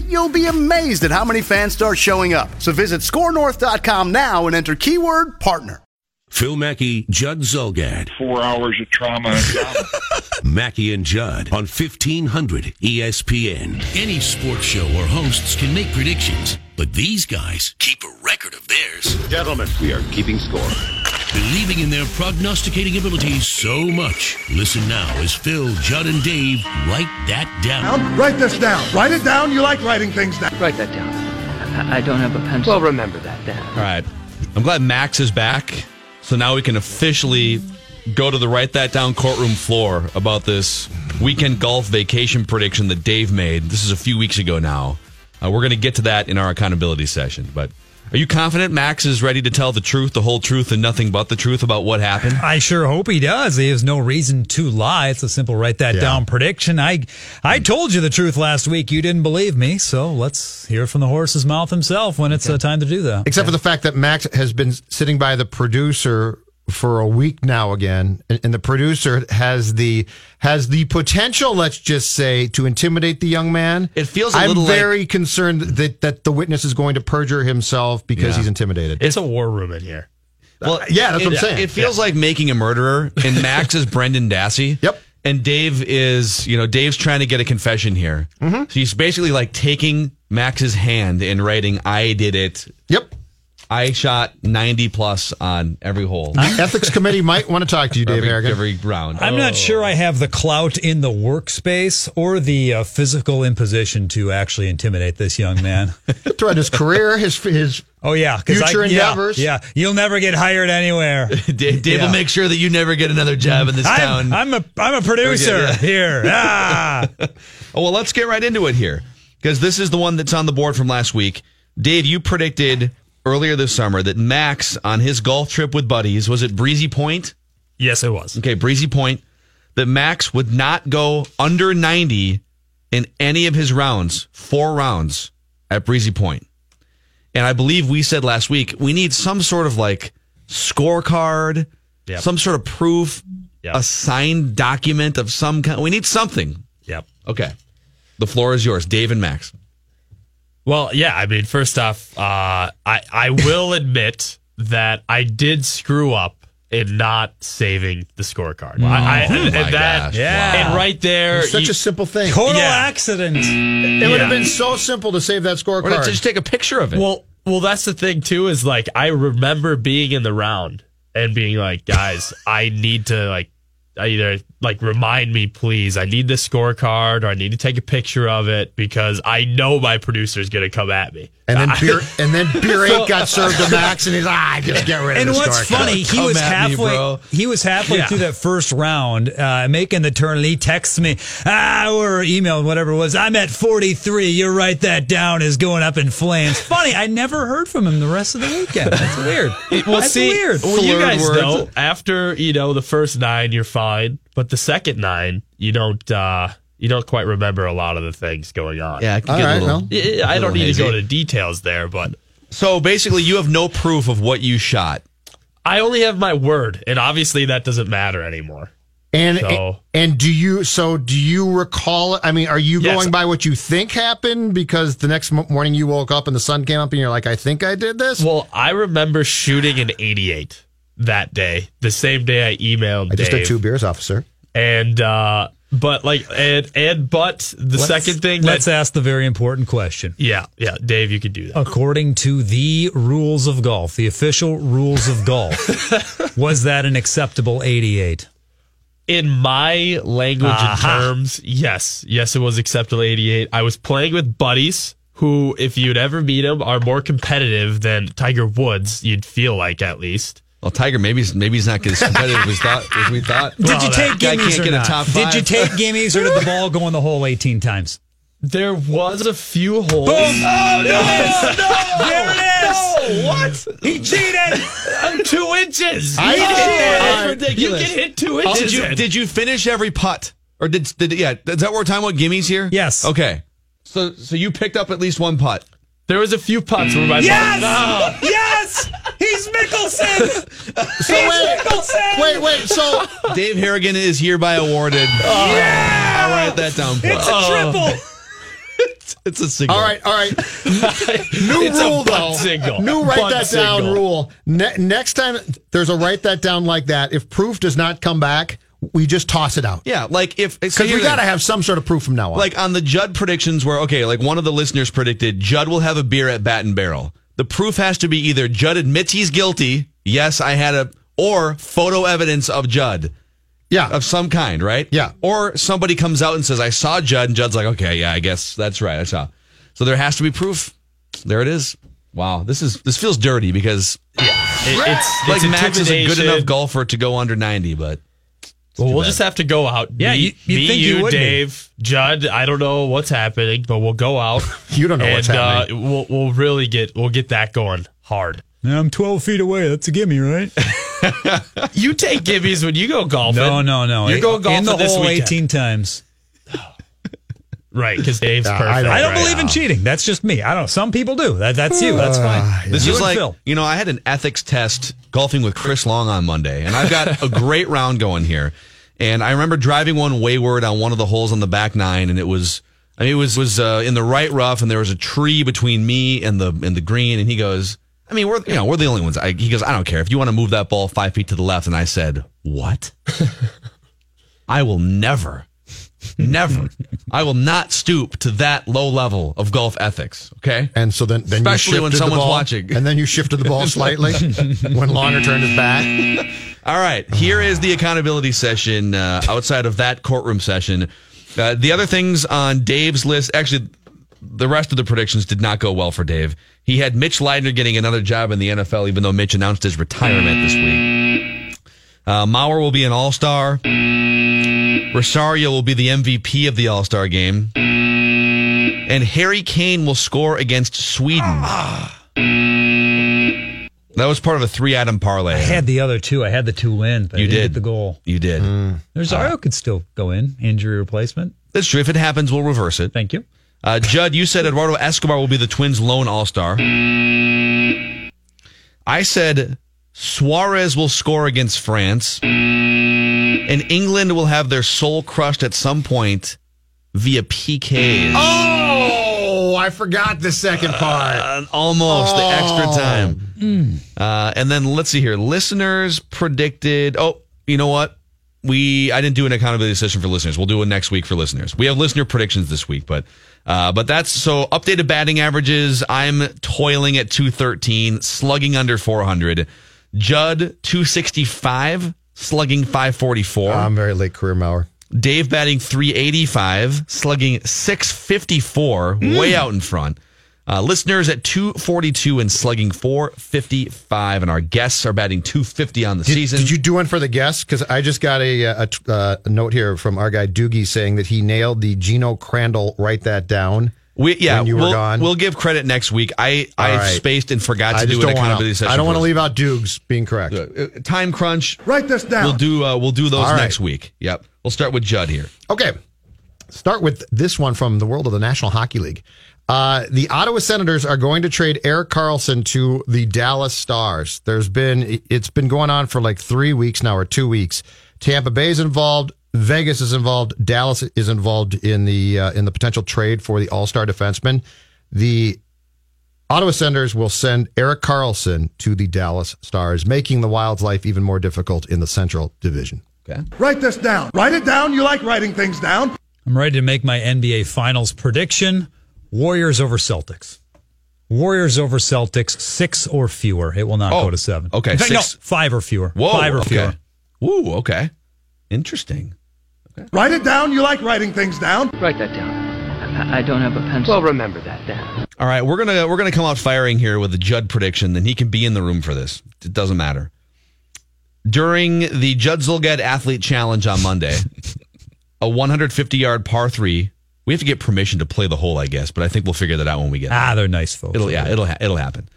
you'll be amazed at how many fans start showing up. So visit scorenorth.com now and enter keyword partner. Phil Mackey, Judd Zolgad. four hours of trauma and drama. Mackey and Judd on E 1500 ESPN. Any sports show or hosts can make predictions, but these guys keep a record of theirs. Gentlemen, we are keeping score. Believing in their prognosticating abilities so much. Listen now as Phil, Judd, and Dave write that down. Down? Write this down. Write it down. You like writing things down. Write that down. I, I don't have a pencil. Well, remember that down. All right. I'm glad Max is back. So now we can officially go to the write that down courtroom floor about this weekend golf vacation prediction that Dave made. This is a few weeks ago now. Uh, we're going to get to that in our accountability session. But are you confident Max is ready to tell the truth, the whole truth, and nothing but the truth about what happened? I sure hope he does. He has no reason to lie. It's a simple write that Yeah. down prediction. I I Hmm. told you the truth last week. You didn't believe me, so let's hear from the horse's mouth himself when it's uh, time to do that. Except for the fact that Max has been sitting by the producer for a week now again, and, and the producer has the has the potential, let's just say, to intimidate the young man. It feels a I'm little like- very concerned that that the witness is going to perjure himself because Yeah. he's intimidated. Uh, It's a war room in here. Well, yeah, that's it, what I'm saying. It feels like making a murderer, and Max is Brendan Dassey. Yep. And Dave is, you know, Dave's trying to get a confession here. Mm-hmm. So he's basically like taking Max's hand and writing, "I did it. yep. I shot ninety plus on every hole, Ethics committee might want to talk to you, Dave every, Harrigan. every round." Oh. I'm Oh. not sure I have the clout in the workspace or the uh, physical imposition to actually intimidate this young man. Throughout his career, his his Oh yeah, 'cause Future I, yeah, endeavors. Yeah, you'll never get hired anywhere. Dave, Dave will Yeah. make sure that you never get another job in this I'm, town. I'm a I'm a producer yeah. here. Ah. Oh, well, let's get right into it here because this is the one that's on the board from last week. Dave, you predicted earlier this summer that Max on his golf trip with buddies was at Breezy Point. Yes, it was. Okay, Breezy Point. That Max would not go under 90 in any of his rounds, four rounds at Breezy Point. And I believe we said last week we need some sort of like scorecard, Yep. some sort of proof, Yep. a signed document of some kind. We need something Yep. Okay. The floor is yours, Dave and Max. Well, yeah. I mean, first off, uh, I I will admit that I did screw up in not saving the scorecard. I, I, and my that, gosh, Yeah. and right there, such you- a simple thing. Total Yeah. accident. It would have yeah. been so simple to save that Or let's just scorecard. take a picture of it. Well, well, that's the thing too. Is like I remember being in the round and being like, guys, I need to like I either like remind me, please. I need this scorecard, or I need to take a picture of it because I know my producer's gonna come at me. And then beer, and then beer eight got served to Max, and he's ah, just get rid of And the what's scorecard. funny, he Come was at me, halfway. bro. he was halfway Yeah. through that first round, uh, making the turn. And he texts me, ah, or emailed whatever it was. I'm at 43. You write that down is going up in flames. Funny, I never heard from him the rest of the weekend. That's weird. Well, That's see, weird. well, you Slurred guys words. know after you know the first nine, you're fine, but the second nine, you don't uh you don't quite remember a lot of the things going on. yeah, I can All get right, a little. well. I- I don't Little need hazy. to go to details there, but So basically, you have no proof of what you shot. I only have my word, and obviously that doesn't matter anymore. And So- and do you so do you recall? I mean, are you Yes. going by what you think happened? Because the next mo- morning you woke up and the sun came up, and you're like, I think I did this. Well, I remember shooting an 88 that day, the same day I emailed I just Dave, had two beers, officer. and uh, But like and and but the Let's- second thing Let's that, ask the very important question. yeah yeah Dave you could do that. According to the rules of golf, the official rules of golf, was that an acceptable 88? In my language Aha. and terms, yes. Yes, it was acceptable 88. I was playing with buddies who, if you'd ever meet them, are more competitive than Tiger Woods, you'd feel like at least. Well, Tiger, maybe he's- maybe he's not as competitive as, thought, as we thought. Ah. Did Well, you that take guy gimmies can't or get a not? top Did you five. take gimmies or did the ball go in the hole 18 times? There was a few holes. There it is. what? Oh, He cheated. I'm two inches. I You did. get hit. That's Uh, ridiculous. You get hit two Oh, inches. did you in. did you finish every putt or did did yeah? Is that what we're talking about? Gimmies here? Yes. Okay. So so you picked up at least one putt. there was a few putts where my Yes. No. Yes. He's Mickelson. So wait, wait, wait. So Dave Harrigan is hereby awarded. Oh. yeah. I'll write that down. It's Oh, a triple. it's a signal. all right, all right. New It's a rule butt though. signal. New write Butt that down signal. rule. Ne- next time there's a write that down like that. If proof does not come back, we just toss it out. Yeah. Like if so Because we here's got to the- have some sort of proof from now on. like on the Judd predictions where okay, like one of the listeners predicted Judd will have a beer at Bat and Barrel. The proof has to be either Judd admits he's guilty. Yes, I had a or photo evidence of Judd. yeah, of some kind, right? Yeah. Or somebody comes out and says, I saw Judd, and Judd's like, okay, yeah, I guess that's right. I saw. So there has to be proof. There it is. Wow. This is this feels dirty because It- it's, it's like Max is a good intimidation. enough golfer to go under 90, but Well, we'll just have to go out. Yeah, me, you- you'd me, think you you, would be. Dave, Judd. I don't know what's happening, but we'll go out. You don't know and, what's happening. Uh, we'll we'll really get we'll get that going hard. Now I'm 12 feet away. That's a gimme, right? You take gibbies when you go golfing. No, no, no. You go in golfing the this hole weekend. 18 times. right? Because Dave's perfect. I don't- I don't right? believe in cheating. That's just me. I don't. Some people do. That, that's you. Uh, That's Ah, fine. this you is and like, Phil. you know, I had an ethics test golfing with Chris Long on Monday, and I've got a great round going here. And I remember driving one wayward on one of the holes on the back nine, and it was, I mean, it was was uh, in the right rough, and there was a tree between me and the and the green, and he goes, I mean, we're you know we're the only ones. I, he goes, I don't care if you want to move that ball five feet to the left, and I said, what? I will never, never, I will not stoop to that low level of golf ethics. Okay. And so then, then Especially you when shifted the someone's ball, watching. and then you shifted the ball slightly when Longer turned his back. All right, here is the accountability session uh, outside of that courtroom session. Uh, the other things on Dave's list, actually, the rest of the predictions did not go well for Dave. He had Mitch Leidner getting another job in the NFL, even though Mitch announced his retirement this week. Uh, Maurer will be an All Star. Rosario will be the MVP of the All Star game. And Harry Kane will score against Sweden. Ah. That was part of a three item parlay. I had the other two. I had the two in, but I You didn't did. get the goal. You did. Rosario could still go in. Injury replacement. That's true. If it happens, we'll reverse it. Thank you. Uh, Judd, you said Eduardo Escobar will be the Twins' lone All Star. I said Suarez will score against France, and England will have their soul crushed at some point via PKs. Oh, I forgot the second part. Oh. Uh, almost the extra time. Uh, and then let's see here. Listeners predicted. Oh, you know what? We I didn't do an accountability session for listeners. We'll do one next week for listeners. We have listener predictions this week, but uh, but that's so updated batting averages. I'm toiling at 213, slugging under 400. Judd 265, slugging 544. I'm very late career Mauer. Dave batting 385, slugging 654, way out in front. Uh, listeners at 242 and slugging 455, and our guests are batting 250 on the Did, season. did you do one for the guests? Because I just got a, uh, a, t- uh, a note here from our guy Doogie saying that he nailed the Gino Crandall. Write that down. we, yeah, when you were we'll, gone? we'll give credit next week. I I All right. spaced and forgot to I do just an don't want accountability to. session. I don't want to for leave out Doogs being correct. us. Uh, Time crunch. Write this down. We'll do uh, we'll do those All right. next week. Yep. We'll start with Judd here. Okay. Start with this one from the world of the National Hockey League. Uh, the Ottawa Senators are going to trade Eric Carlson to the Dallas Stars. There's been it's been going on for like three weeks now or two weeks. Tampa Bay's involved. Vegas is involved. Dallas is involved in the uh, in the potential trade for the All Star defenseman. The Ottawa Senators will send Eric Carlson to the Dallas Stars, making the Wild's life even more difficult in the Central Division. Okay. Write this down. Write it down. You like writing things down. I'm ready to make my NBA Finals prediction Warriors over Celtics. Warriors over Celtics, six or fewer. It will not Oh, go to seven. okay, In fact, no, six- five or fewer. Whoa. five or okay. fewer. Woo. Okay. Interesting. Write it down. You like writing things down. Write that down. I, I don't have a pencil. Well, remember that then. All right, we're gonna we're gonna come out firing here with a Judd prediction. Then he can be in the room for this. It doesn't matter. During the Judd Zulgad Athlete Challenge on Monday, a 150 yard par three. We have to get permission to play the hole, I guess, but I think we'll figure that out when we get. Ah, they're nice folks. It'll yeah, it'll ha- it'll happen.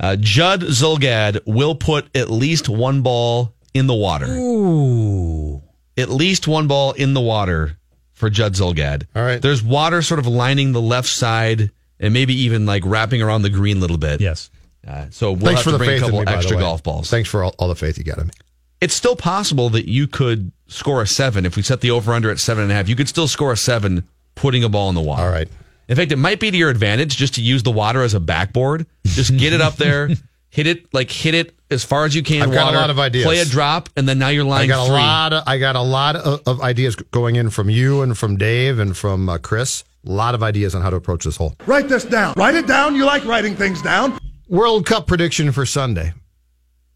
Uh, Judd Zulgad will put at least one ball in the water. Ooh. At least one ball in the water for Judd Zulgad. All right. There's water sort of lining the left side and maybe even like wrapping around the green a little bit. Yes. Uh, so we'll Thanks have for to the bring faith a couple in me, by the extra way. golf balls. Thanks for all, all the faith you got in me. It's still possible that you could score a seven if we set the over under at seven and a half. You could still score a seven putting a ball in the water. All right. In fact, it might be to your advantage just to use the water as a backboard. Just get it up there, hit it like hit it as far as you can. I've got a water, lot of ideas. Play a drop, and then now you're I lying got a three. lot. Of, I got a lot of, of ideas going in from you and from Dave and from uh, Chris. A lot of ideas on how to approach this hole. Write this down. Write it down. You like writing things down. World Cup prediction for Sunday.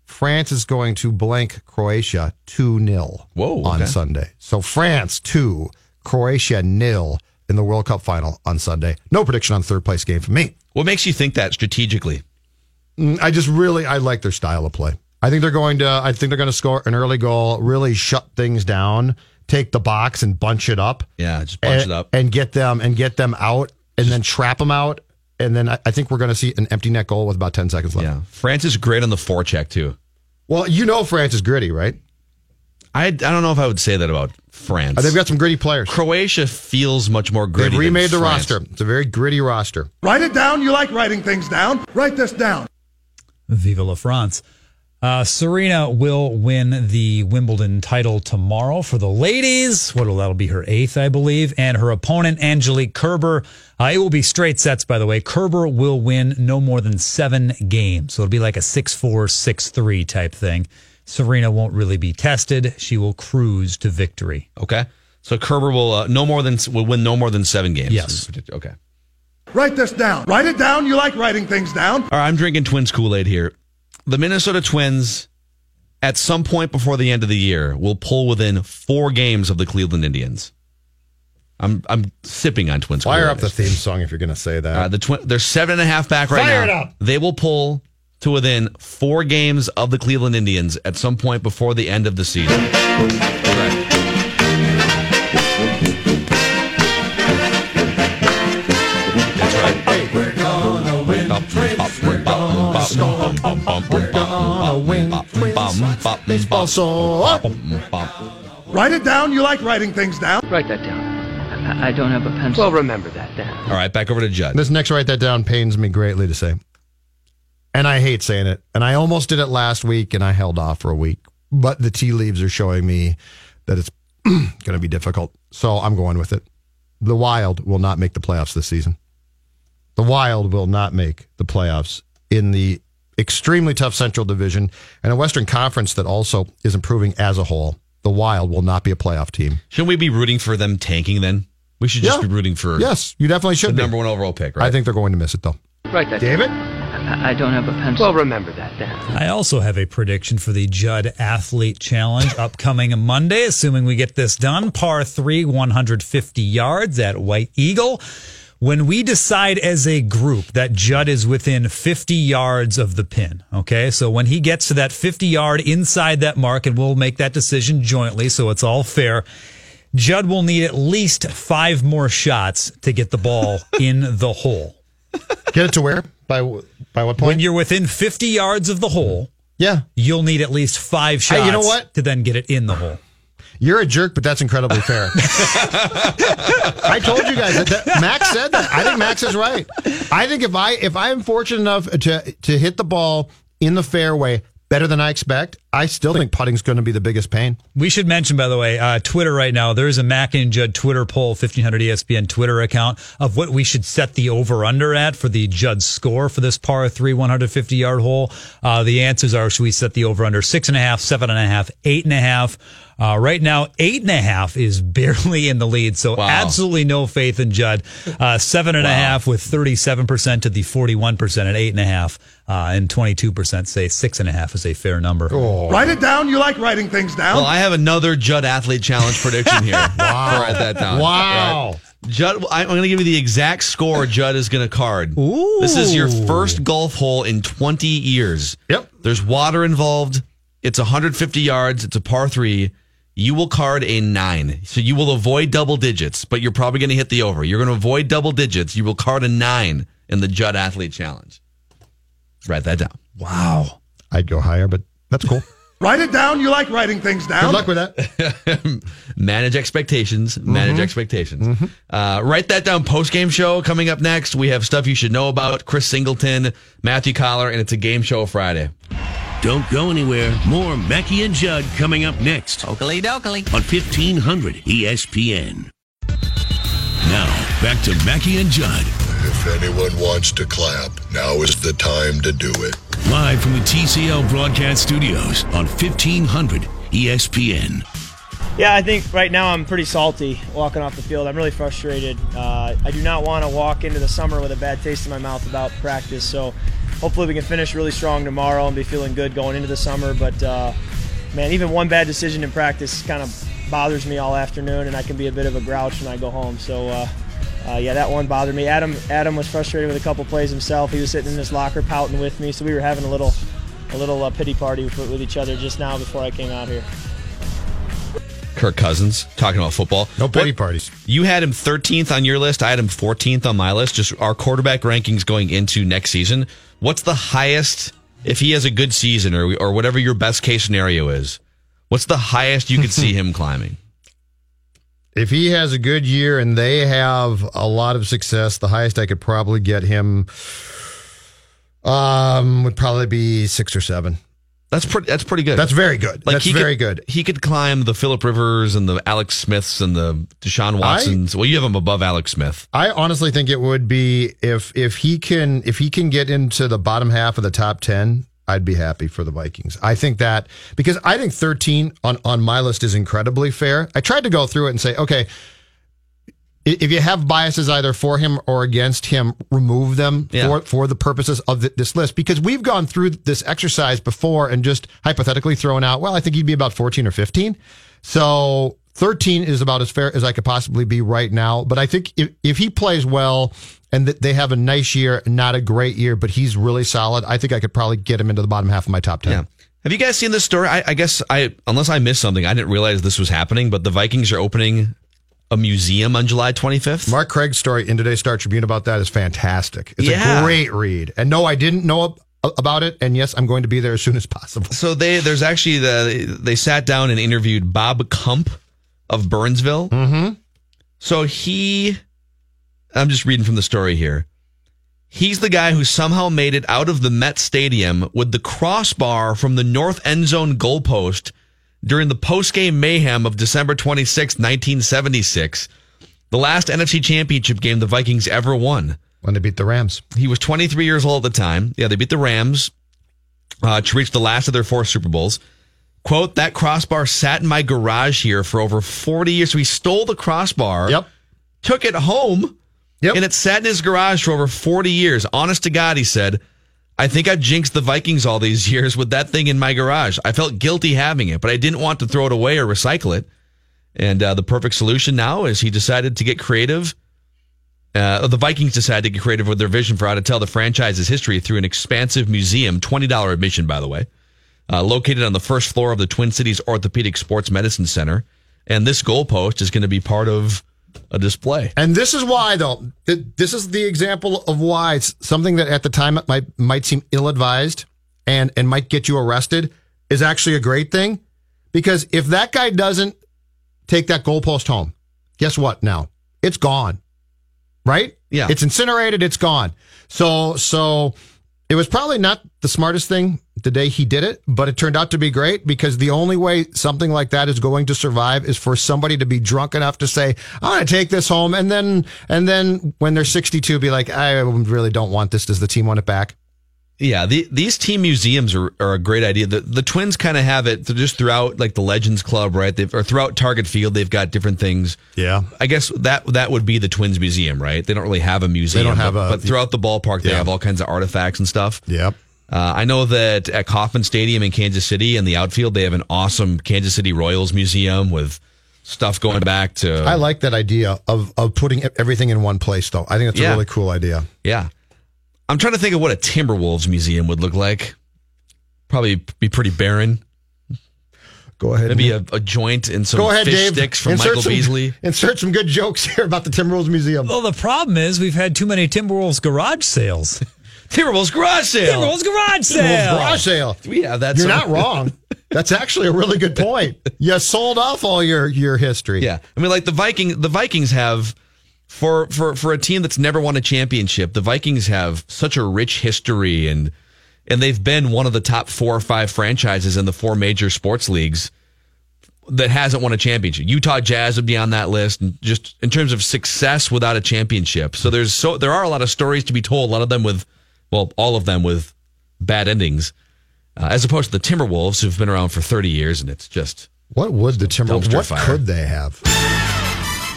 France is going to blank Croatia 2 0 on okay. Sunday. So France 2, Croatia nil in the World Cup final on Sunday. No prediction on third place game for me. What makes you think that strategically? Mm, I just really I like their style of play. I think they're going to I think they're going to score an early goal, really shut things down, take the box and bunch it up. Yeah, just bunch and, it up. and get them and get them out and then trap them out and then I, I think we're going to see an empty net goal with about 10 seconds left. Yeah. France is great on the forecheck too. Well, you know France is gritty, right? I I don't know if I would say that about France. They've got some gritty players. Croatia feels much more gritty. They've than remade the France. roster. It's a very gritty roster. Write it down. You like writing things down. Write this down. Viva la France. Uh, Serena will win the Wimbledon title tomorrow for the ladies. What will that'll be her eighth, I believe, and her opponent Angelique Kerber. Uh, it will be straight sets, by the way. Kerber will win no more than seven games, so it'll be like a 6-4, 6-3 type thing. Serena won't really be tested; she will cruise to victory. Okay, so Kerber will uh, no more than will win no more than seven games. Yes. Okay. Write this down. Write it down. You like writing things down. All right, I'm drinking Twins Kool Aid here. The Minnesota Twins, at some point before the end of the year, will pull within four games of the Cleveland Indians. I'm I'm sipping on Twins. Fire Kool-Aid. up the theme song if you're going to say that. Uh, the twi- they're seven and a half back right Fire now. it up. They will pull to within four games of the Cleveland Indians at some point before the end of the season. Uh, Write it down. You like writing things down. Write that down. I, I don't have a pencil. Well, remember that then. All right, back over to Judd. This next write that down pains me greatly to say. And I hate saying it. And I almost did it last week and I held off for a week. But the tea leaves are showing me that it's going to be difficult. So I'm going with it. The Wild will not make the playoffs this season. The Wild will not make the playoffs in the extremely tough Central Division and a Western Conference that also is improving as a whole. The Wild will not be a playoff team. Shouldn't we be rooting for them tanking then? We should just Yeah. be rooting for Yes, you definitely should. the be. number one overall pick, right? I think they're going to miss it though. Write that David? down. I, I don't have a pencil. Well, remember that then. I also have a prediction for the Judd Athlete Challenge upcoming Monday, assuming we get this done. Par three, 150 yards at White Eagle. When we decide as a group that Judd is within 50 yards of the pin, okay? So when he gets to that 50 yard inside that mark, and we'll make that decision jointly, so it's all fair. Judd will need at least five more shots to get the ball in the hole. Get it to where? By by what point? When you're within 50 yards of the hole, yeah, you'll need at least five shots. Hey, you know what? To then get it in the hole. You're a jerk, but that's incredibly fair. I told you guys that, that- Max said that. I think Max is right. I think if I if I'm fortunate enough to to hit the ball in the fairway better than I expect. I still think putting's going to be the biggest pain. We should mention, by the way, uh, Twitter right now. There is a Mac and Judd Twitter poll, E 1500 ESPN Twitter account of what we should set the over under at for the Judd score for this par three 150 yard hole. Uh, the answers are: should we set the over under six and a half, seven and a half, eight and a half? Uh, right now, eight and a half is barely in the lead, so absolutely no faith in Judd. Uh, seven and a half with 37 percent to the 41 percent at eight and a half, uh, and 22 percent say six and a half is a fair number. Write it down. You like writing things down. Well, I have another Judd Athlete Challenge prediction here. wow. Write that down. Wow. Right. Judd, I'm going to give you the exact score Judd is going to card. Ooh. This is your first golf hole in 20 years. Yep. There's water involved. It's 150 yards. It's a par three. You will card a nine. So you will avoid double digits, but you're probably going to hit the over. You're going to avoid double digits. You will card a nine in the Judd Athlete Challenge. Write that down. Wow. I'd go higher, but that's cool. Write it down. You like writing things down. Good luck with that. manage expectations. Manage Mm-hmm. expectations. Uh, write that down. Post game show coming up next. We have stuff you should know about Chris Singleton, Matthew Collar, and it's a game show Friday. Don't go anywhere. More Mackey and Judd coming up next. Oakley dokley. On E 1500 ESPN. Now, back to Mackey and Judd. If anyone wants to clap, now is the time to do it. Live from the TCL Broadcast Studios on E 1500 ESPN. Yeah, I think right now I'm pretty salty walking off the field. I'm really frustrated. Uh, I do not want to walk into the summer with a bad taste in my mouth about practice. So hopefully we can finish really strong tomorrow and be feeling good going into the summer. But uh, man, even one bad decision in practice kind of bothers me all afternoon, and I can be a bit of a grouch when I go home. So. Uh, uh, yeah, that one bothered me. Adam Adam was frustrated with a couple plays himself. He was sitting in his locker pouting with me, so we were having a little a little uh, pity party with, with each other just now before I came out here. Kirk Cousins talking about football. No pity parties. You had him 13th on your list. I had him 14th on my list. Just our quarterback rankings going into next season. What's the highest if he has a good season or or whatever your best case scenario is? What's the highest you could see him climbing? if he has a good year and they have a lot of success, the highest I could probably get him um, would probably be six or seven. That's pretty. That's pretty good. That's very good. that's he very could- good. He could climb the Philip Rivers and the Alex Smiths and the Deshaun Watsons. well, you have him above Alex Smith. I honestly think it would be if if he can if he can get into the bottom half of the top ten, I'd be happy for the Vikings. I think that because I think thirteen on on my list is incredibly fair. I tried to go through it and say, okay, i- if you have biases either for him or against him, remove them Yeah. for for the purposes of th- this list because we've gone through this exercise before and just hypothetically thrown out. Well, I think he'd be about fourteen or fifteen. So thirteen is about as fair as I could possibly be right now. But I think if if he plays well. And that they have a nice year, not a great year, but he's really solid. I think I could probably get him into the bottom half of my top ten. Yeah. Have you guys seen this story? I, I guess I, unless I missed something, I didn't realize this was happening. But the Vikings are opening a museum on July 25th. Mark Craig's story in today's Star Tribune about that is fantastic. It's Yeah. a great read. And no, I didn't know ab- about it. And yes, I'm going to be there as soon as possible. So they there's actually the they sat down and interviewed Bob Kump of Burnsville. Mm-hmm. So he, I'm just reading from the story here. He's the guy who somehow made it out of the Met Stadium with the crossbar from the north end zone goalpost during the post-game mayhem of December 26, 1976, the last NFC Championship game the Vikings ever won. When they beat the Rams. He was 23 years old at the time. Yeah, they beat the Rams uh, to reach the last of their four Super Bowls. Quote, that crossbar sat in my garage here for over 40 years. So he stole the crossbar, yep. took it home, and it sat in his garage for over 40 years. Honest to God, he said, I think I've jinxed the Vikings all these years with that thing in my garage. I felt guilty having it, but I didn't want to throw it away or recycle it. And uh, the perfect solution now is he decided to get creative uh, the Vikings decided to get creative with their vision for how to tell the franchise's history through an expansive museum, $20 admission, by the way, uh, located on the first floor of the Twin Cities Orthopedic Sports Medicine Center. And this goalpost is going to be part of a display. And this is why, though. Th- This is the example of why it's something that at the time it might might seem ill advised and and might get you arrested is actually a great thing, because if that guy doesn't take that goalpost home, guess what? Now it's gone, right? Yeah. it's incinerated. It's gone. So so it was probably not the smartest thing the day he did it, but it turned out to be great because the only way something like that is going to survive is for somebody to be drunk enough to say, "I'm going to take this home," and then and then when they're 62, be like, "I really don't want this." Does the team want it back? Yeah, the, these team museums are, are a great idea. The, the Twins kind of have it th- just throughout, like the Legends Club, right? They've, or throughout Target Field, they've got different things. Yeah, I guess that that would be the Twins Museum, right? They don't really have a museum. don't have but, a- but throughout the ballpark, they Yeah. have all kinds of artifacts and stuff. Yep. Uh, I know that at Kauffman Stadium in Kansas City, in the outfield, they have an awesome Kansas City Royals museum with stuff going back to I like that idea of of putting e, everything in one place, though. I think that's Yeah. a really cool idea. Yeah. I'm trying to think of what a Timberwolves museum would look like. Probably be pretty barren. Go ahead. Maybe a, a joint and some Go ahead, fish Dave. sticks from Insert Michael some- Beasley. Insert some good jokes here about the Timberwolves Museum. Well, the problem is we've had too many Timberwolves garage sales. Timberwolves garage sale. Timberwolves garage sale. Timberwolves garage sale. We have that. You're some- not wrong. That's actually a really good point. You sold off all your your history. Yeah. I mean, like the Viking the Vikings have for for for a team that's never won a championship, the Vikings have such a rich history and and they've been one of the top four or five franchises in the four major sports leagues that hasn't won a championship. Utah Jazz would be on that list and just in terms of success without a championship. So there's so there are a lot of stories to be told, a lot of them with well, all of them with bad endings. Uh, as opposed to the Timberwolves who've been around for 30 years and it's just What would the Timberwolves? Dumpster What fire. could they have?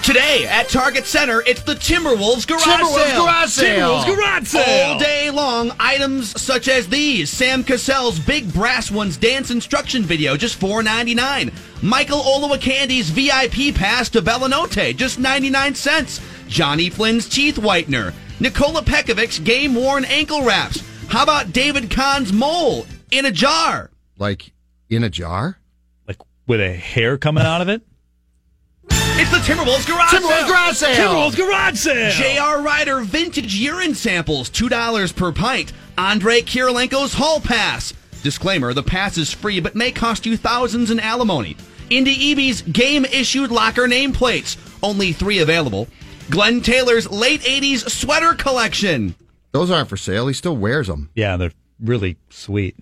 Today at Target Center, it's the Timberwolves garage Timberwolves sale. garage sale. Timberwolves garage sale. All All day long, items such as these: Sam Cassell's Big Brass Ones dance instruction video, just four ninety nine. Michael Olawakandi's VIP pass to Bellinote, just ninety nine cents. Johnny Flynn's teeth whitener. Nikola Pekovic's game worn ankle wraps. How about David Kahn's mole in a jar? Like in a jar? Like with a hair coming out of it? It's the Timberwolves garage Timberwolves sale. garage sale. Timberwolves garage sale. J.R. Ryder vintage urine samples, two dollars per pint. Andre Kirilenko's hall pass. Disclaimer: the pass is free, but may cost you thousands in alimony. Indy Eby's game issued locker nameplates, only three available. Glenn Taylor's late '80s sweater collection. Those aren't for sale. He still wears them. Yeah, they're really sweet.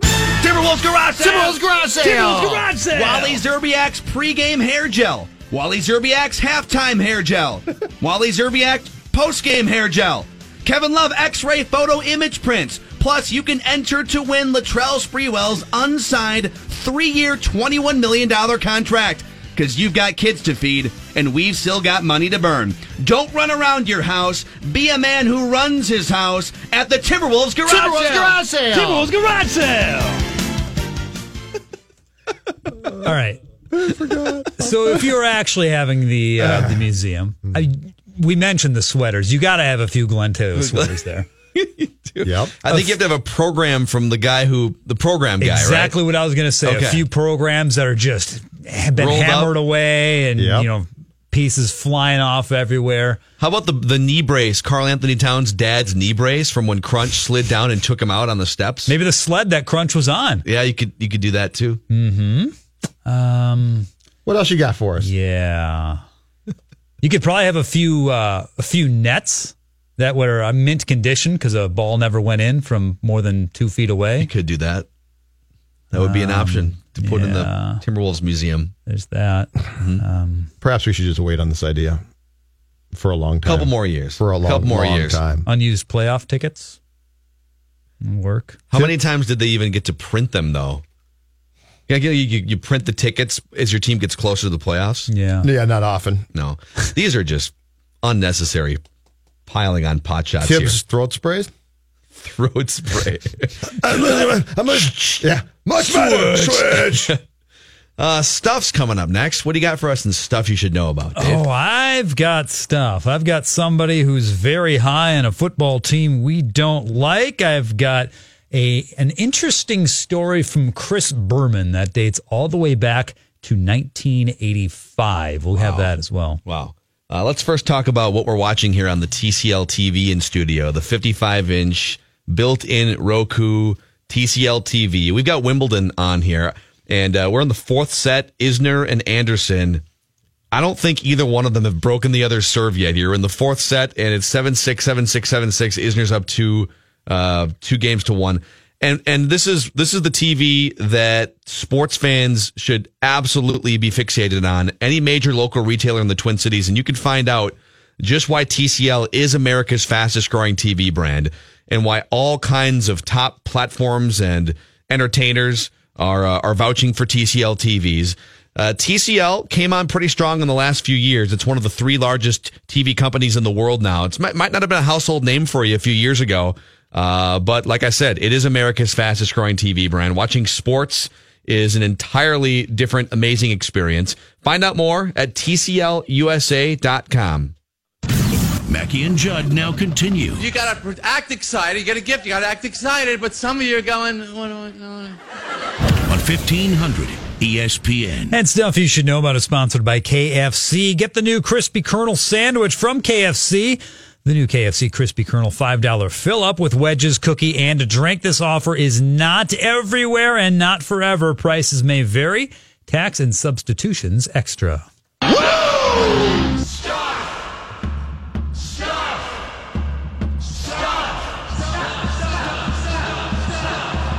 Timberwolves garage sale. Timberwolves garage sale. Timberwolves garage sale. Wally Zerbiak's pregame hair gel. Wally Zerbiak's halftime hair gel. Wally Zerbiak's postgame hair gel. Kevin Love X-ray photo image prints. Plus, you can enter to win Latrell Sprewell's unsigned three-year, twenty-one million dollar contract. Because you've got kids to feed, and we've still got money to burn. Don't run around your house. Be a man who runs his house at the Timberwolves garage Timberwolves sale. garage sale. Timberwolves garage sale. All right. So if you're actually having the uh, the museum, I, we mentioned the sweaters. You got to have a few Glen Taylor sweaters there. Yep. I think you have to have a program from the guy who the program guy, right? exactly what I was going to say. Okay. A few programs that are just have been Rolled up. hammered away, and Yep. you know pieces flying off everywhere. How about the the knee brace? Carl Anthony Towns' dad's knee brace from when Crunch slid down and took him out on the steps. Maybe the sled that Crunch was on. Yeah, you could you could do that too. Hmm. Um. What else you got for us? Yeah. you could probably have a few uh, a few nets that were uh, mint condition because a ball never went in from more than two feet away. You could do that. That would be Um, an option to put in the Timberwolves museum. Uh, Mm-hmm. There's that. Um, Perhaps we should just wait on this idea for a long time. Couple more years. For a long, Couple more long years. time. Unused playoff tickets. Work. How many times did they even get to print them though? Yeah, you, you, you print the tickets as your team gets closer to the playoffs. Yeah. Yeah, not often. No, these are just unnecessary piling on pot shots Tibbs here. throat sprays. Throat spray. I'm a, yeah, much better. Switch. uh, stuff's coming up next. What do you got for us in stuff you should know about? Dave? Oh, I've got stuff. I've got somebody who's very high on a football team we don't like. I've got a an interesting story from Chris Berman that dates all the way back to 1985. We'll have that as well. Wow. Uh, let's first talk about what we're watching here on the TCL TV in studio, the 55 inch built in Roku TCL TV. We've got Wimbledon on here, and uh, we're in the fourth set. Isner and Anderson. I don't think either one of them have broken the other's serve yet. Here in the fourth set, and it's 7 6, 7 6, 7 6. Isner's up two, uh, two games to one. and and this is this is the TV that sports fans should absolutely be fixated on. Any major local retailer in the Twin Cities, and you can find out just why TCL is America's fastest growing TV brand, and why all kinds of top platforms and entertainers are uh, are vouching for TCL TVs. Uh, TCL came on pretty strong in the last few years. It's one of the three largest TV companies in the world now. It might, might not have been a household name for you a few years ago, uh, but like I said, it is America's fastest growing TV brand. Watching sports is an entirely different, amazing experience. Find out more at TCLUSA.com. Mackie and Judd now continue. You gotta act excited. You got a gift. You gotta act excited. But some of you are going. What, do I- what, do I-" On 1500 ESPN. And stuff you should know about is sponsored by KFC. Get the new crispy kernel sandwich from KFC. The new KFC crispy kernel $5 fill up with wedges, cookie, and a drink. This offer is not everywhere and not forever. Prices may vary. Tax and substitutions extra.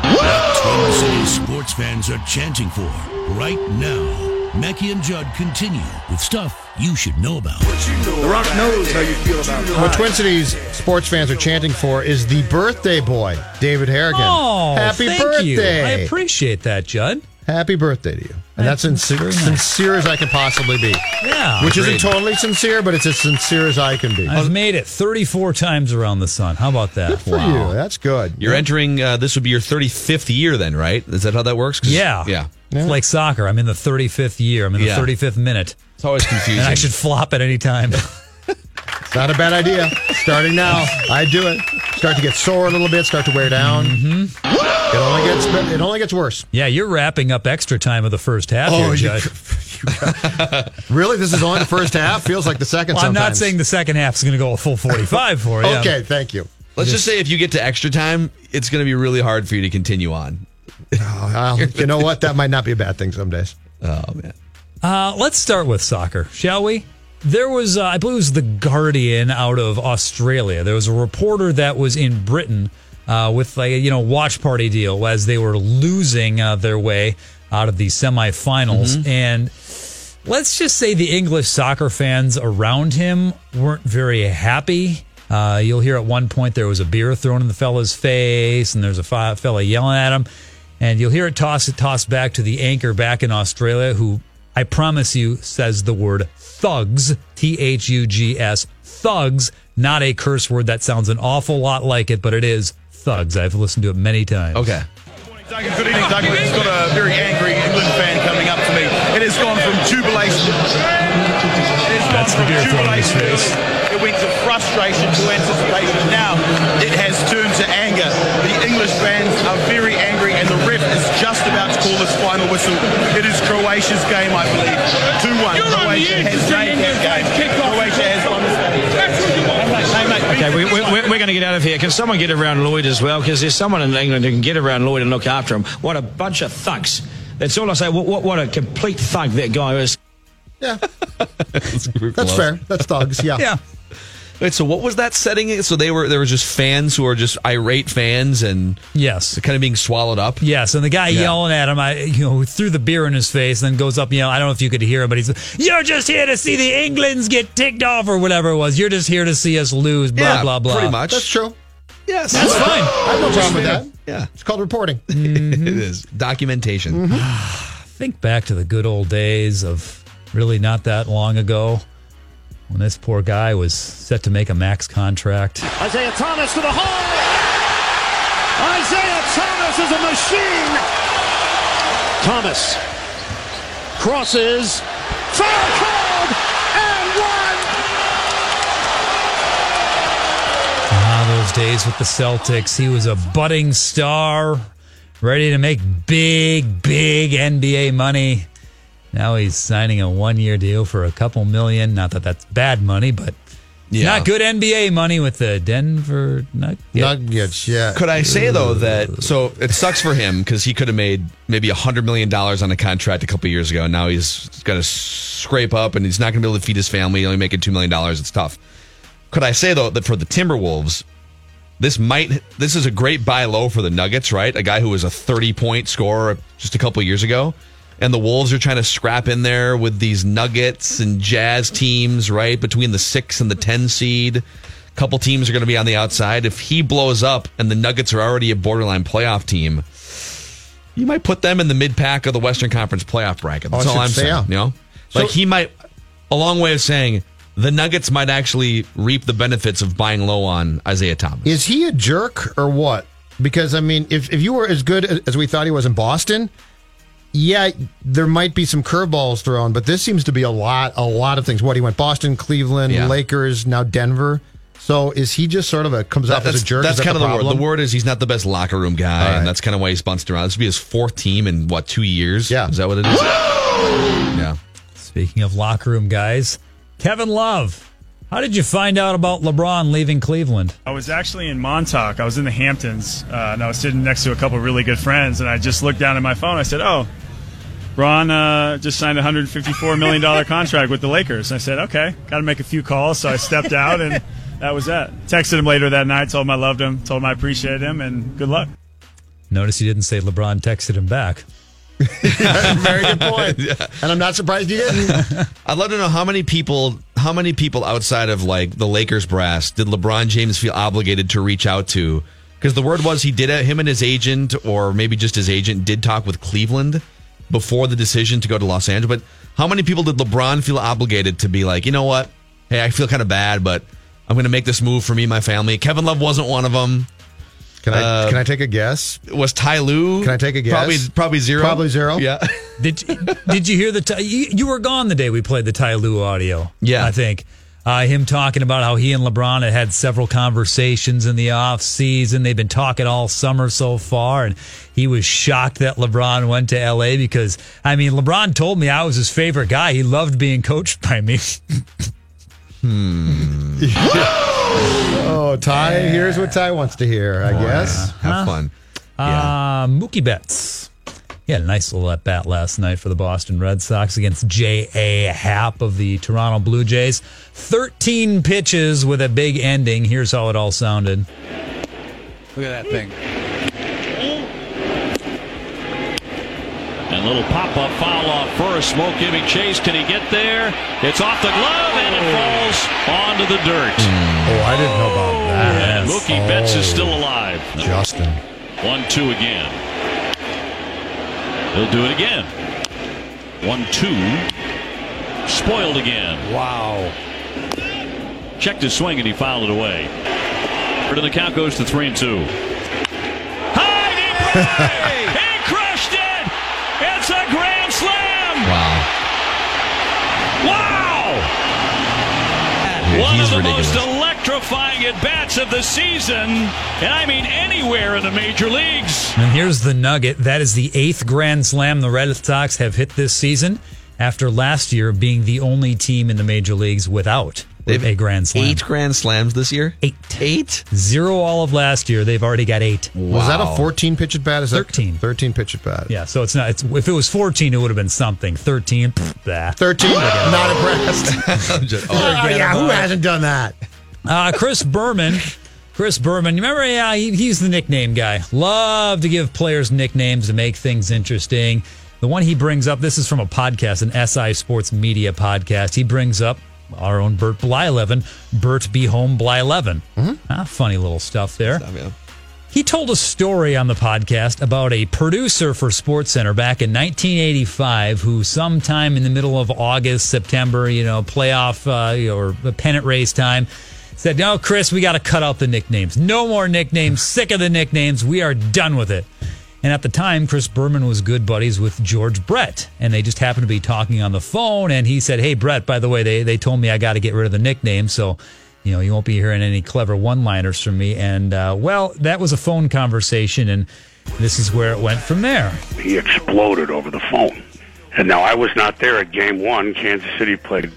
Twin Cities sports fans are chanting for right now. Mackie and Judd continue with stuff you should know about. The Rock knows how you feel about it. What Twin Cities sports fans are chanting for is the birthday boy, David Harrigan. Oh, Happy thank birthday. you. I appreciate that, Judd. Happy birthday to you. And that's sincere, sincere as I can possibly be. Yeah. Which Agreed. isn't totally sincere, but it's as sincere as I can be. I've made it 34 times around the sun. How about that? Good for you. That's good. You're entering. Uh, this would be your 35th year, then, right? Is that how that works? 'Cause- Yeah. yeah. It's like soccer. I'm in the 35th year. I'm in the Yeah. 35th minute. It's always confusing. And I should flop at any time. It's not a bad idea. Starting now, I do it. Start to get sore a little bit, start to wear down. Mm-hmm. It only gets be- it only gets worse. yeah, you're wrapping up extra time of the first half Oh, here, you- Judge. Really? This is only the first half? Feels like the second Well, I'm not sometimes. saying the second half is going to go a full 45 for you. Okay, thank you. Let's just, say if you get to extra time, it's going to be really hard for you to continue on. Oh, well, you know what? That might not be a bad thing some days. Oh man. Uh, let's start with soccer, shall we? There was, uh, I believe it was The Guardian out of Australia. There was a reporter that was in Britain uh, with a you know watch party deal as they were losing uh, their way out of the semifinals, and let's just say the English soccer fans around him weren't very happy. Uh, you'll hear at one point there was a beer thrown in the fella's face, and there's a fi- fella yelling at him. And you'll hear it toss it tossed back to the anchor back in Australia, who I promise you says the word thugs, T H U G S, thugs, not a curse word that sounds an awful lot like it, but it is thugs. I've listened to it many times. Okay. Good evening, Douglas. It's got a very angry England fan coming up to me. It has gone from jubilation. It has gone from jubilation early. It went to frustration to anticipation. Now it has turned to anger. The English fans are very angry, and the ref is just about to call this final whistle. It is Croatia's game, I believe. 2 1. Croatia has made that game. Croatia has won this game. Hey, mate, beat Okay, the we, we, English we're going to get out of here. Can someone get around Lloyd as well? Because there's someone in England who can get around Lloyd and look after him. What a bunch of thugs. That's all I say. What, what, what a complete thug that guy is. That's fair. That's thugs. Yeah. Yeah. Wait, so what was that setting? So they were there was just fans who are just irate fans and yes, kind of being swallowed up. Yes, and the guy Yeah. yelling at him, I you know, threw the beer in his face, and then goes up, you know, I don't know if you could hear him, but he's, "You're just here to see the Englands get ticked off or whatever it was. You're just here to see us lose." Blah Yeah, blah blah. pretty much. That's true. Yes, that's fine. I have no problem with that. Yeah, it's called reporting. Mm-hmm. it is documentation. Mm-hmm. Ah, Think back to the good old days of really not that long ago when this poor guy was set to make a max contract. Isaiah Thomas to the hole. Isaiah Thomas is a machine. Thomas crosses. Foul called and one. Ah, those days with the Celtics. He was a budding star, ready to make big, big NBA money. Now he's signing a one year deal for a couple million. Not that that's bad money, but not good NBA money with the Denver Nuggets. Nuggets, yeah. Could I say though that so it sucks for him because he could have made maybe a hundred million dollars on a contract a couple years ago. and Now he's got to scrape up and he's not going to be able to feed his family. Only making two million dollars. It's tough. Could I say though that for the Timberwolves, This might this is a great buy low for the Nuggets, right? A guy who was a 30 point scorer just a couple years ago. And the Wolves are trying to scrap in there with these Nuggets and Jazz teams, right? Between the 6 and the 10 seed. Couple teams are going to be on the outside. If he blows up and the Nuggets are already a borderline playoff team, you might put them in the mid pack of the Western Conference playoff bracket. Oh, That's I all should I'm say, saying. yeah. You know, So- like he might. A long way of saying the Nuggets might actually reap the benefits of buying low on Isaiah Thomas. Is he a jerk or what? Because I mean, if if you were as good as we thought he was in Boston, yeah, there might be some curveballs thrown, but this seems to be a lot, a lot of things. What he went Boston, Cleveland, Yeah. Lakers, now Denver. So is he just sort of a comes off That- as a jerk? Is That's that kind of the, word. problem? The word is he's not the best locker room guy, and that's kind of why he's bounced around. This would be his fourth team in what two years? Yeah, is that what it is? yeah. Speaking of locker room guys, Kevin Love, how did you find out about LeBron leaving Cleveland? I was actually in Montauk. I was in the Hamptons, uh, and I was sitting next to a couple of really good friends. And I just looked down at my phone. I said, "Oh, Braun uh, just signed a 154 million dollar contract with the Lakers." And I said, "Okay, got to make a few calls." So I stepped out, and that was that. Texted him later that night. Told him I loved him. Told him I appreciated him, and good luck. Notice he didn't say LeBron texted him back. Very good point. And I'm not surprised you didn't. I'd love to know how many people, how many people outside of like the Lakers brass did LeBron James feel obligated to reach out to? Because the word was he did it. Him and his agent, or maybe just his agent, did talk with Cleveland before the decision to go to Los Angeles. But how many people did LeBron feel obligated to be like, you know what? Hey, I feel kind of bad, but I'm going to make this move for me and my family. Kevin Love wasn't one of them. Can I can I take a guess? Was Ty Lue? Can I take a guess? Probably, probably zero. Probably zero. Yeah. Did you, did you hear the Ty- you, you were gone the day we played the Ty Lue audio? Yeah, I think uh, him talking about how he and LeBron had had several conversations in the off season. They've been talking all summer so far, and he was shocked that LeBron went to L.A. because I mean LeBron told me I was his favorite guy. He loved being coached by me. Hmm. oh, Ty, here's what Ty wants to hear, I guess. Huh? Uh, Mookie Betts. He had a nice little at bat last night for the Boston Red Sox against J.A. Happ of the Toronto Blue Jays. 13 pitches with a big ending. Here's how it all sounded. Look at that thing. And little pop up foul off first. Smoke giving chase. Can he get there? It's off the glove and it falls onto the dirt. Oh, I didn't know about that. And Mookie Betts is Oh, still alive. Justin. One two again. He'll do it again. One two. Spoiled again. Wow. Checked his swing and he fouled it away. And the count goes to three and two. He crushed it. It's a grand slam. Wow. Wow. Dude, One of he's the ridiculous. most electrifying at bats of the season, and I mean anywhere in the major leagues. And here's the nugget. That is the eighth Grand Slam the Red Sox have hit this season after last year being the only team in the major leagues without with a Grand Slam. Eight grand slams this year. Eight. Eight? Zero all of last year. They've already got eight. Was that a 14 pitch at bat? Is 13. That 13 pitch at bat. Yeah, so it's not. It's, if it was 14, it would have been something. 13, pff, bah. 13, not impressed. oh, Forget yeah, who about it. hasn't done that? Uh, Chris Berman. Chris Berman, you remember? Yeah, he, he's the nickname guy. Love to give players nicknames to make things interesting. The one he brings up, this is from a podcast, an SI Sports Media podcast. He brings up our own Bert Blyleven, Bert Be Home Blyleven. Ah, funny little stuff there. He told a story on the podcast about a producer for SportsCenter back in 1985 who, sometime in the middle of August, September, you know, playoff uh, you know, or the pennant race time, said, No, Chris, we got to cut out the nicknames. No more nicknames. Sick of the nicknames. We are done with it. And at the time, Chris Berman was good buddies with George Brett, and they just happened to be talking on the phone. And he said, "Hey, Brett, by the way, they they told me I got to get rid of the nickname, so you know you won't be hearing any clever one-liners from me." And uh, well, that was a phone conversation, and this is where it went from there. he exploded over the phone. And now I was not there at game one. Kansas City played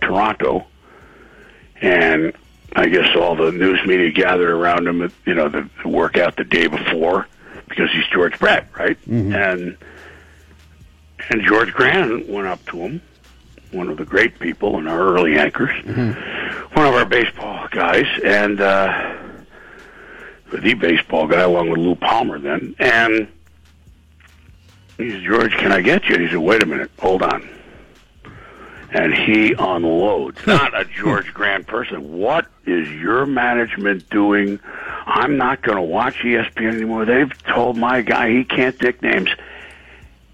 Toronto. And I guess all the news media gathered around him, you know, the, the workout the day before because he's George Brett, right? Mm-hmm. And and George Grannon went up to him, one of the great people and our Mm-hmm. early anchors, one of our baseball guys, and uh, the baseball guy, along with Lou Palmer then. And he said, George, can I get you? And he said, wait a minute, hold on. And he unloads. Not a George Grant person. What is your management doing? I'm not going to watch E ESPN anymore. They've told my guy he can't pick names.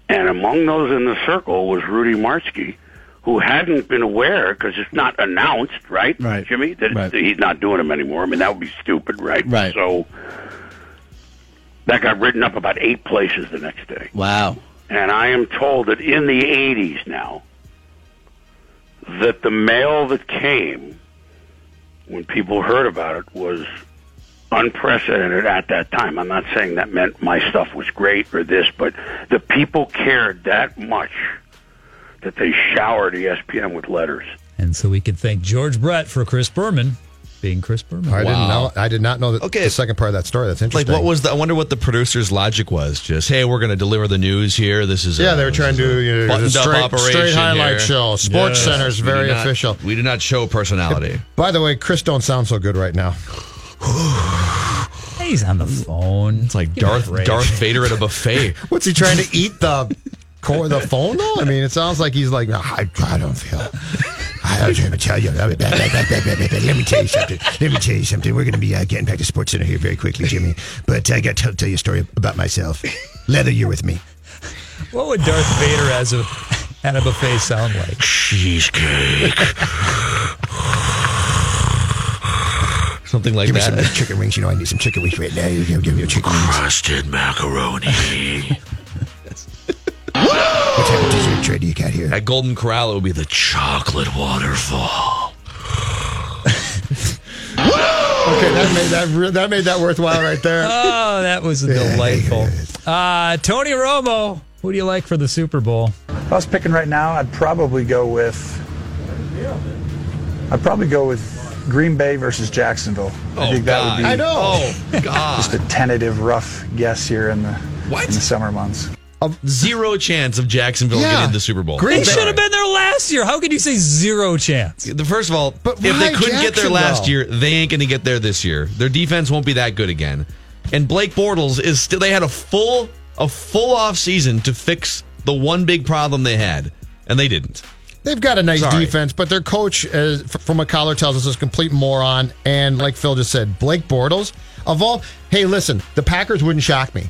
And among those in the circle was Rudy Martsky, who hadn't been aware because it's not announced, right, right. Jimmy? That it's- he's not doing them anymore. I mean, that would be stupid, right? Right. So that got written up about eight places the next day. Wow. And I am told that in the 80s now, that the mail that came when people heard about it was unprecedented at that time. I'm not saying that meant my stuff was great or this, but the people cared that much that they showered E ESPN with letters. And so we can thank George Brett for Chris Berman being Chris Berman. I didn't know. I did not know that. The second part of that story. That's Like, interesting. what was the? I wonder what the producer's logic was. Just hey, we're going to deliver the news here. This is a- Yeah, they were trying this is to, you know, a buttoned just up straight- operation straight highlight here. show. Sports Center is We do very not- official. We do not show personality. By the way, Chris don't sound so good right now. He's on the phone. It's like Darth Darth Vader at a buffet. What's he trying to eat the core the phone though? I mean, it sounds like he's like, I, I don't feel. I don't know what to tell you. Let me tell you something. Let me tell you something. We're going to be uh, getting back to Sports Center here very quickly, Jimmy. But uh, I got to tell you a story about myself. Leather, you're with me. What would Darth Vader as a at a buffet sound like? Cheesecake. Something like Give that. me some chicken wings. You know, I need some chicken wings right now. You give me a chicken wings. Crusted macaroni. what type of dessert tray do you got here? At Golden Corral, it would be the chocolate waterfall. Okay, that made that re- that made that worthwhile right there. Oh, that was delightful. Uh, Tony Romo, who do you like for the Super Bowl? If I was picking right now, I'd probably go with. I'd probably go with Green Bay versus Jacksonville. I Oh, think that would be. God. I know. Oh, God. Just a tentative, rough guess here in the in the summer months. Zero chance of Jacksonville Yeah. getting the Super Bowl. They should have been there last year. How could you say zero chance? The first of all, but if they couldn't get there last year, they ain't going to get there this year. Their defense won't be that good again. And Blake Bortles is still. They had a full a full off season to fix the one big problem they had, and they didn't. They've got a nice Sorry. defense, but their coach, uh, f- from a collar, tells us is a complete moron. And like Phil just said, Blake Bortles of all. Hey, listen, the Packers wouldn't shock me,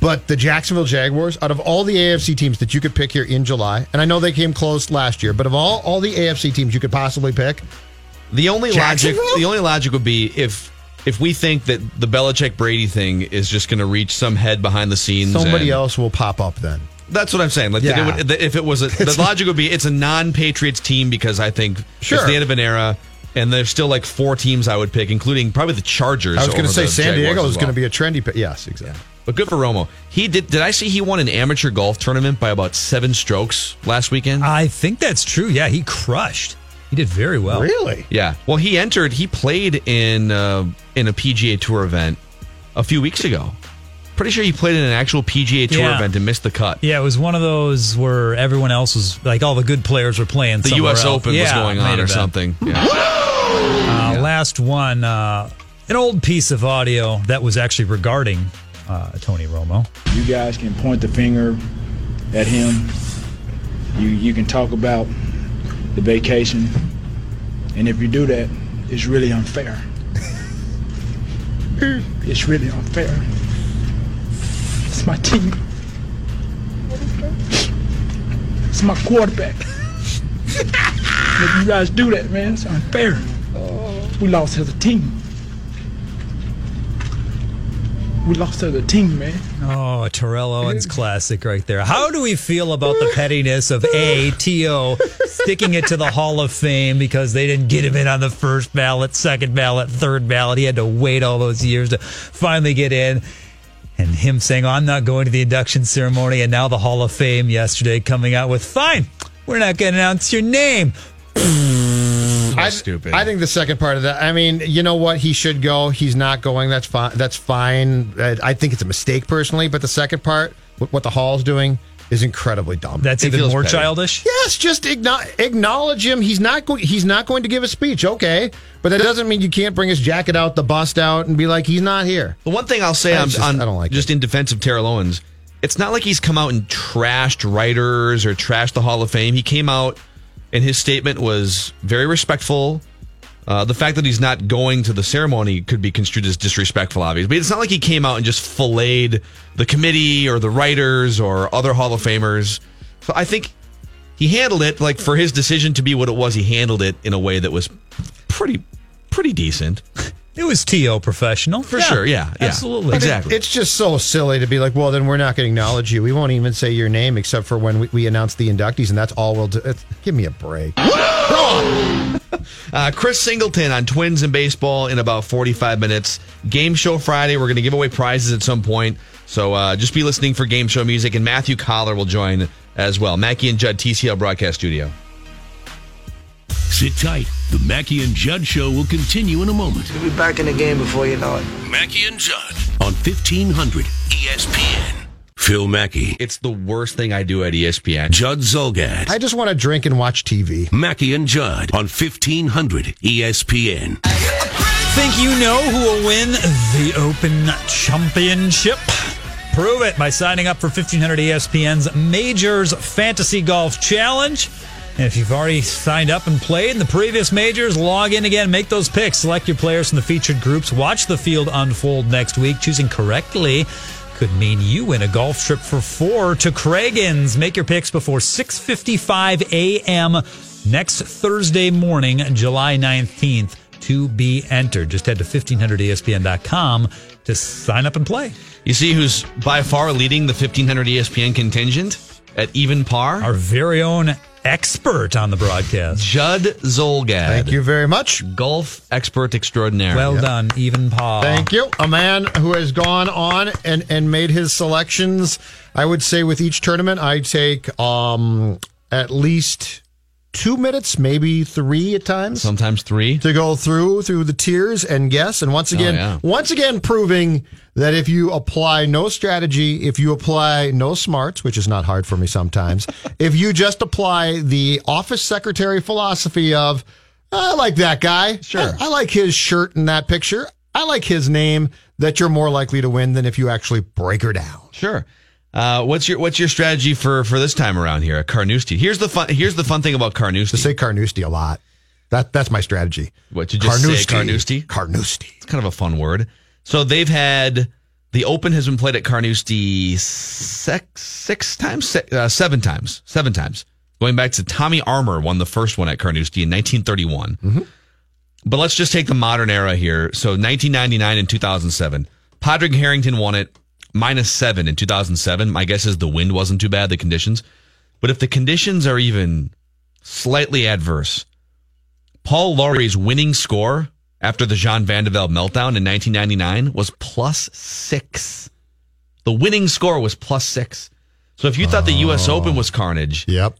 but the Jacksonville Jaguars, out of all the AFC teams that you could pick here in July, and I know they came close last year, but of all all the AFC teams you could possibly pick, The only logic, Jacksonville? the only logic would be if if we think that the Belichick Brady thing is just going to reach some head behind the scenes. somebody and- else will pop up then. That's what I'm saying. Like Yeah. it would- that if it was a, the logic would be it's a non-Patriots team because I think Sure. it's the end of an era, and there's still like four teams I would pick, including probably the Chargers. I was going over to say the San Jaguars Diego as is well. going to be a trendy pick. Yes, exactly. But good for Romo. He did. Did I see he won an amateur golf tournament by about seven strokes last weekend? I think that's true. Yeah, he crushed. He did very well. Really? Yeah. Well, he entered. He played in uh, in a PGA Tour event a few weeks ago. Pretty sure he played in an actual PGA Tour Yeah. event and missed the cut. Yeah, it was one of those where everyone else was like all the good players were playing. The somewhere U.S. else. Open was Yeah, going might on or have been. something. Yeah. Uh, Last one, uh, an old piece of audio that was actually regarding uh, Tony Romo. You guys can point the finger at him. You you can talk about the vacation, and if you do that, it's really unfair. it's really unfair. It's my team. It's my quarterback. And if you guys do that, man, it's unfair. We lost as a team. We lost as a team, man. Oh, Terrell Owens classic right there. How do we feel about the pettiness of ATO sticking it to the Hall of Fame because they didn't get him in on the first ballot, second ballot, third ballot? He had to wait all those years to finally get in. And him saying, oh, I'm not going to the induction ceremony. And now the Hall of Fame yesterday coming out with, fine, we're not going to announce your name. I, I think the second part of that. I mean, you know what? He should go. He's not going. That's fine. That's fine. I, I think it's a mistake personally. But the second part, what, what the hall's doing, is incredibly dumb. That's It even feels more petty. childish? Yes, just igno- acknowledge him. He's not going. He's not going to give a speech. Okay, but that doesn't mean you can't bring his jacket out, the bust out, and be like, he's not here. The one thing I'll say I on, just- on I don't like just in defense of Terrell Owens, it's not like he's come out and trashed writers or trashed the Hall of Fame. He came out and his statement was very respectful. Uh, the fact that he's not going to the ceremony could be construed as disrespectful, obviously. But it's not like he came out and just filleted the committee or the writers or other Hall of Famers. So I think he handled it like for his decision to be what it was. He handled it in a way that was pretty, pretty decent. It was to professional for sure. Yeah, yeah. But it- exactly. it's just so silly to be like, well, then we're not going to acknowledge you. We won't even say your name except for when we, we announce the inductees, and that's all we'll do. It's, give me a break. Uh, Chris Singleton on Twins and Baseball in about 45 minutes. Game Show Friday. We're going to give away prizes at some point. So uh, just be listening for game show music. And Matthew Collar will join as well. Mackie and Judd, TCL Broadcast Studio. Sit tight. The Mackey and Judd show will continue in a moment. We'll be back in the game before you know it. Mackey and Judd E on 1500 ESPN. Phil Mackey. It's the worst thing I do at E ESPN. Judd Zolgad. I just want to drink and watch TV. Mackey and Judd on E 1500 ESPN. Think you know who will win the Open Championship? Prove it by signing up for E 1500 ESPN's Majors Fantasy Golf Challenge. And if you've already signed up and played in the previous majors, log in again, make those picks, select your players from the featured groups, watch the field unfold next week. Choosing correctly could mean you win a golf trip for four to Craigens. Make your picks before 6:55 a.m. next Thursday morning, July 19th, to be entered. Just head to E 1500ESPN.com to sign up and play. You see who's by far leading the E 1500 ESPN contingent at even par? Our very own expert on the broadcast, Judd Zolgad. Thank you very much. Golf expert extraordinaire. Well done, even Paul. Thank you. A man who has gone on and, and made his selections. I would say with each tournament, I take um, at least two minutes, maybe three at times. Sometimes three. To go through through the tiers and guess. And once again, Oh, yeah. once again proving that if you apply no strategy, if you apply no smarts, which is not hard for me sometimes, if you just apply the office secretary philosophy of I like that guy. Sure. I, I like his shirt in that picture. I like his name. That you're more likely to win than if you actually break her down. Sure. Uh, what's your what's your strategy for for this time around here at Carnoustie? Here's the fun here's the fun thing about Carnoustie. Say Carnoustie a lot. That that's my strategy. What to just say Carnoustie. Carnoustie? Carnoustie. It's kind of a fun word. So they've had the Open has been played at Carnoustie six six times, se- uh, seven times, seven times. Going back to Tommy Armour won the first one at Carnoustie in 1931. Mm-hmm. But let's just take the modern era here. So 1999 and 2007, Padraig Harrington won it minus seven in 2007. My guess is the wind wasn't too bad, the conditions. But if the conditions are even slightly adverse, Paul Laurie's winning score after the Jean Vandeveld meltdown in 1999 was plus six. The winning score was plus six. So if you thought the U.S. Open was carnage, Oh. yep. Mm-hmm.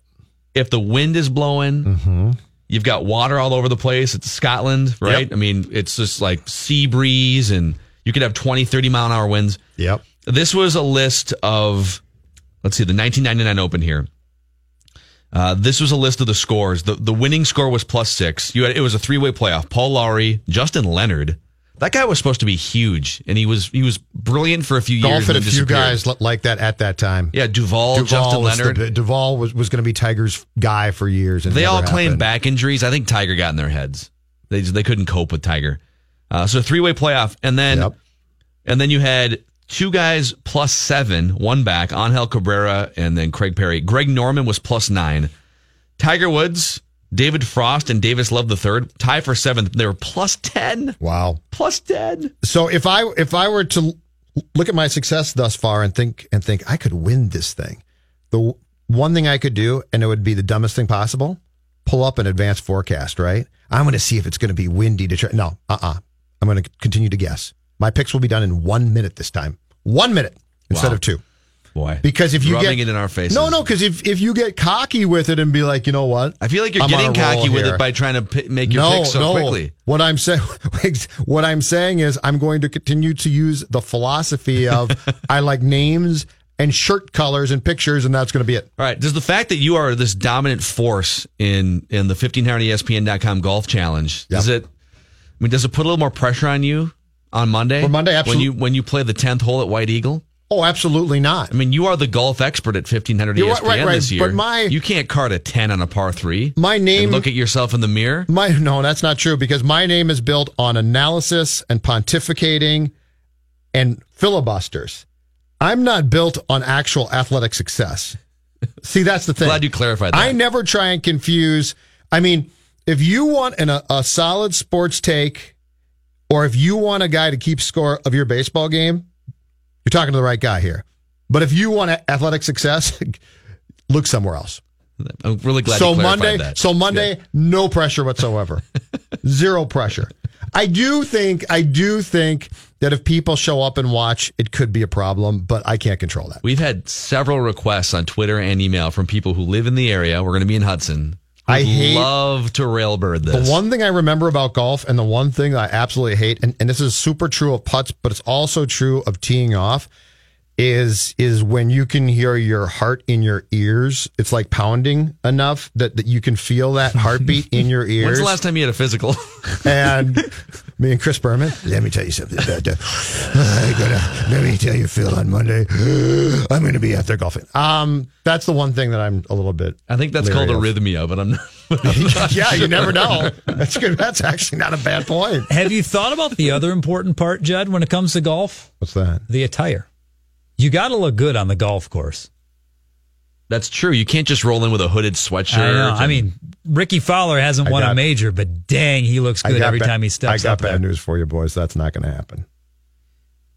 If the wind is blowing, you've got water all over the place. It's Scotland, right? I mean, it's just like sea breeze, and you could have 20, 30 mile an hour winds. Yep. This was a list of, let's see, the 1999 Open here. Uh, this was a list of the scores. The the winning score was plus six. You had, it was a three way playoff. Paul Lowry, Justin Leonard. That guy was supposed to be huge, and he was he was brilliant for a few years. Golf and had a then few disappeared. guys li- like that at that time. Yeah, Duvall, Justin was the- Leonard. Duvall was, was going to be Tiger's guy for years. And they never all claimed happened. back injuries. I think Tiger got in their heads. They they couldn't cope with Tiger. Uh, so three way playoff, and then and then you had two guys plus seven, one back, Angel Cabrera, and then Craig Perry. Greg Norman was plus nine. Tiger Woods, David Frost, and Davis Love the third tie for seventh. They were plus ten. Wow, plus ten. So if I if I were to l- look at my success thus far and think and think I could win this thing, the w- one thing I could do, and it would be the dumbest thing possible, pull up an advanced forecast. Right, I'm going to see if it's going to be windy to try. No, uh, uh-uh. uh, i am going to continue to guess. My picks will be done in one minute this time. One minute instead Wow. of two. Boy, Because if you rubbing get it in our faces. no, no, because if if you get cocky with it and be like, you know what, I feel like you're I'm on getting a roll cocky with here. it by trying to pi make your picks so quickly. What I'm saying, what I'm saying is, I'm going to continue to use the philosophy of I like names and shirt colors and pictures, and that's going to be it. All right. Does the fact that you are this dominant force in in the E 1500ESPN.com golf challenge does it? I mean, does it put a little more pressure on you on Monday? For Monday, absolute- When you when you play the 10th hole at White Eagle. Oh, absolutely not. I mean, you are the golf expert at E 1500 You're right, ESPN right, right, this year. but my- you can't card a 10 on a par three. My name. And look at yourself in the mirror. My no, that's not true because my name is built on analysis and pontificating and filibusters. I'm not built on actual athletic success. See, that's the thing. Glad you clarified that. I never try and confuse. I mean, if you want an, a, a solid sports take, or if you want a guy to keep score of your baseball game, you're talking to the right guy here. But if you want a- athletic success, look somewhere else. I'm really glad so you clarified Monday, that. so Monday, no pressure whatsoever, zero pressure. I do think, I do think that if people show up and watch, it could be a problem, but I can't control that. We've had several requests on Twitter and email from people who live in the area. We're going to be in Hudson. who I hate- love to railbird this. The one thing I remember about golf and the one thing I absolutely hate, and, and this is super true of putts, but it's also true of teeing off, is is when you can hear your heart in your ears. It's like pounding enough that, that you can feel that heartbeat in your ears. When's the last time you had a physical? and me and Chris Berman. Let me tell you something about that. I gotta, let me tell you, Phil, on Monday, I'm going to be out there golfing. Um, that's the one thing that I'm a little bit. I think that's called leery of. arrhythmia, but I'm not. yeah, you never know. That's good. That's actually not a bad point. Have you thought about the other important part, Judd, when it comes to golf? What's that? The attire. You got to look good on the golf course. That's true. You can't just roll in with a hooded sweatshirt. I know. I and- mean, Ricky Fowler hasn't I won a got- major, but dang, he looks I good got every ba- time he steps I got up bad there. news for you, boys. That's not going to happen.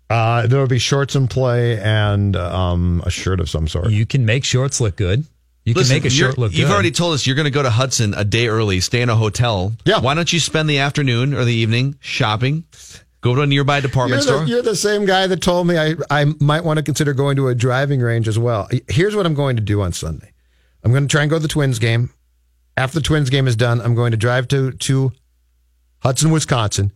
Uh, there will be shorts in play and um, a shirt of some sort. You can make shorts look good. You Listen, can make a you're- shirt look You've good. already told us you're going to go to Hudson a day early, stay in a hotel. Yeah. Why don't you spend the afternoon or the evening shopping? Go to a nearby You're department the, store. you're the same guy that told me I, I might want to consider going to a driving range as well. Here's what I'm going to do on Sunday I'm going to try and go to the Twins game. After the Twins game is done, I'm going to drive to, to Hudson, Wisconsin.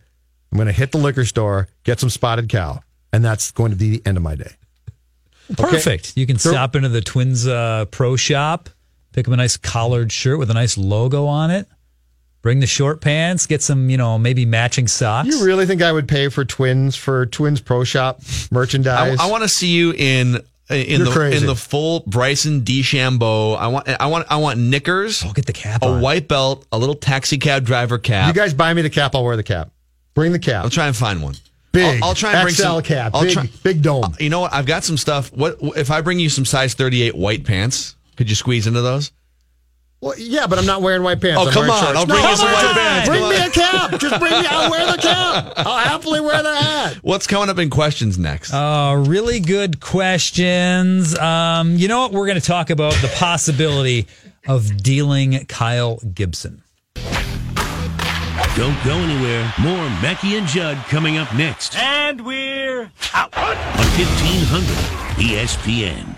I'm going to hit the liquor store, get some spotted cow, and that's going to be the end of my day. Perfect. You can stop into the Twins uh, Pro Shop, pick up a nice collared shirt with a nice logo on it. Bring the short pants. Get some, you know, maybe matching socks. You really think I would pay for Twins for Twins Pro Shop I, merchandise? want to see you in uh, in You're the crazy. in the full Bryson DeChambeau. I want I want I want knickers. I'll get the cap. A white belt, a little taxi cab driver cap. You guys buy me the cap, I'll wear the cap. Bring the cap. I'll try and find one. Big. I'll, I'll try and bring XL some cap. I'll big, try- big dome. Uh, you know what? I've got some stuff. What if I bring you some size 38 white pants? Could you squeeze into those? Well, yeah, but I'm not wearing white pants. Oh, I'm come wearing on. shorts. I'll bring No, you some come white on. pants. Bring Come me on. a cap. Just bring me. I'll wear the cap. I'll happily wear the hat. What's coming up in questions next? Uh, really good questions. Um, you know what? We're going to talk about the possibility of dealing Kyle Gibson. Don't go anywhere. More Mackey and Judd coming up next And we're E on 1500 ESPN.